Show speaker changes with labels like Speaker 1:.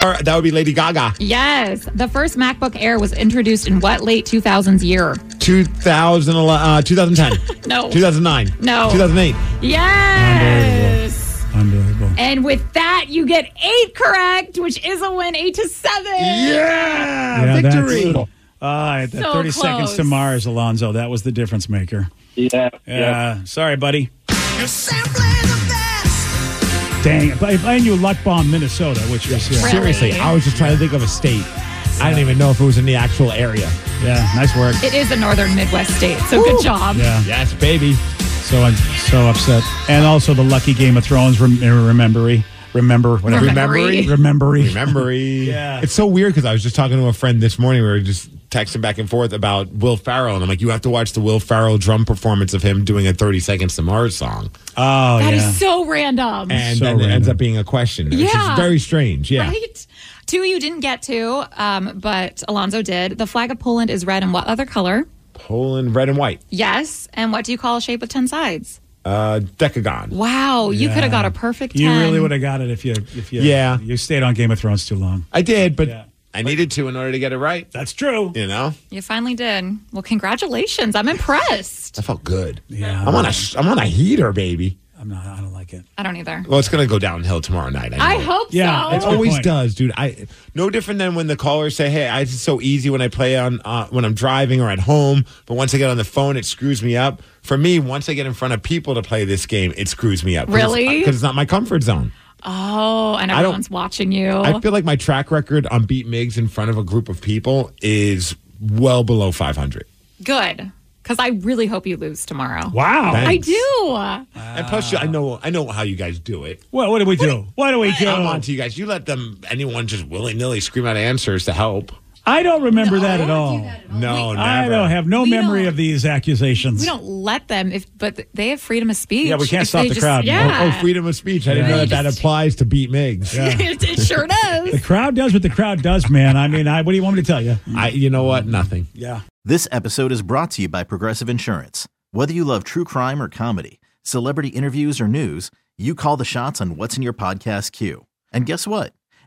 Speaker 1: That would be Lady Gaga.
Speaker 2: Yes. The first MacBook Air was introduced in what late 2000s year?
Speaker 1: 2000, uh, 2010.
Speaker 2: No.
Speaker 1: 2009.
Speaker 2: No.
Speaker 1: 2008.
Speaker 2: Yes. And with that, you get eight correct, which is a win, eight to seven.
Speaker 1: Yeah,
Speaker 3: that's- Ah,
Speaker 1: victory.
Speaker 3: All right, that
Speaker 2: So
Speaker 3: 30 seconds to
Speaker 2: close.
Speaker 3: Mars, Alonzo. That was the difference maker.
Speaker 4: Yeah.
Speaker 3: Yeah. Sorry, buddy. Dang, if I, if I knew Luck Bomb, Minnesota, which was yeah.
Speaker 1: Seriously, I was just trying to think of a state. I didn't even know if it was in the actual area.
Speaker 3: Yeah, nice work.
Speaker 2: It is a northern Midwest state, so good job.
Speaker 3: Yeah.
Speaker 1: Yes, baby.
Speaker 3: So I'm so upset. And also the lucky Game of Thrones rem- eh, remembery. Remember, whatever.
Speaker 1: Remembery.
Speaker 3: Remembery.
Speaker 1: Memory.
Speaker 3: Yeah.
Speaker 1: It's so weird because I was just talking to a friend this morning. We were just texting back and forth about Will Farrell, and I'm like, you have to watch the Will Farrell drum performance of him doing a 30 Seconds to Mars song.
Speaker 3: Oh,
Speaker 2: That
Speaker 3: yeah.
Speaker 2: is so random.
Speaker 1: And
Speaker 3: So
Speaker 1: then it ends
Speaker 3: random.
Speaker 1: up being a question, which
Speaker 2: Yeah.
Speaker 1: is very strange. Yeah.
Speaker 2: Right? Two you didn't get to, um, but Alonzo did. The flag of Poland is red and what other color?
Speaker 1: Poland, red and white.
Speaker 2: Yes. And what do you call a shape with 10 sides?
Speaker 1: Uh, Decagon.
Speaker 2: Wow, you could have got a perfect 10.
Speaker 3: You really would have got it if you if you
Speaker 1: Yeah.
Speaker 3: you stayed on Game of Thrones too long.
Speaker 1: I did, but
Speaker 3: Yeah.
Speaker 1: I needed to in order to get it right.
Speaker 3: That's true.
Speaker 1: You know?
Speaker 2: You finally did. Well, congratulations. I'm impressed.
Speaker 1: That felt good.
Speaker 3: Yeah.
Speaker 1: I'm on a sh- I'm on a heater, baby.
Speaker 3: I'm not I don't like it.
Speaker 2: I don't either.
Speaker 1: Well, it's gonna go downhill tomorrow night. know
Speaker 2: I
Speaker 1: it.
Speaker 2: hope
Speaker 3: Yeah,
Speaker 2: so.
Speaker 3: it's
Speaker 1: It always
Speaker 3: point.
Speaker 1: does, dude. I no different than when the callers say, "Hey, I, it's so easy when I play on uh, when I'm driving or at home, but once I get on the phone, it screws me up." For me, once I get in front of people to play this game, it screws me up.
Speaker 2: Really?
Speaker 1: Because it's not my comfort zone.
Speaker 2: oh, and
Speaker 1: I don't-
Speaker 2: everyone's watching you.
Speaker 1: I feel like my track record on beat Migs in front of a group of people is well below 500.
Speaker 2: Good. Because I really hope you lose tomorrow.
Speaker 3: Wow.
Speaker 2: I
Speaker 1: Thanks.
Speaker 2: do.
Speaker 1: And plus, you- I know I know how you guys do it.
Speaker 3: Well, what do we do? What do we do?
Speaker 1: I'm on to you guys. You let them anyone just willy nilly scream out answers to help.
Speaker 3: I don't remember that at all.
Speaker 1: No, never.
Speaker 3: I don't have no
Speaker 2: We
Speaker 3: memory
Speaker 2: don't-
Speaker 3: of these accusations.
Speaker 2: We don't let them, if but they have freedom of speech.
Speaker 3: Yeah, we can't
Speaker 2: If
Speaker 3: stop
Speaker 2: they
Speaker 3: the crowd. Oh,
Speaker 2: Yeah.
Speaker 1: Oh, freedom of speech. I didn't know that that applies to beat Migs.
Speaker 2: it, it sure does.
Speaker 3: The crowd does what the crowd does, man. I mean, I what do you want me to tell you?
Speaker 1: I, you know what? Nothing.
Speaker 3: Yeah.
Speaker 5: This episode is brought to you by Progressive Insurance. Whether you love true crime or comedy, celebrity interviews or news, you call the shots on what's in your podcast queue. And guess what?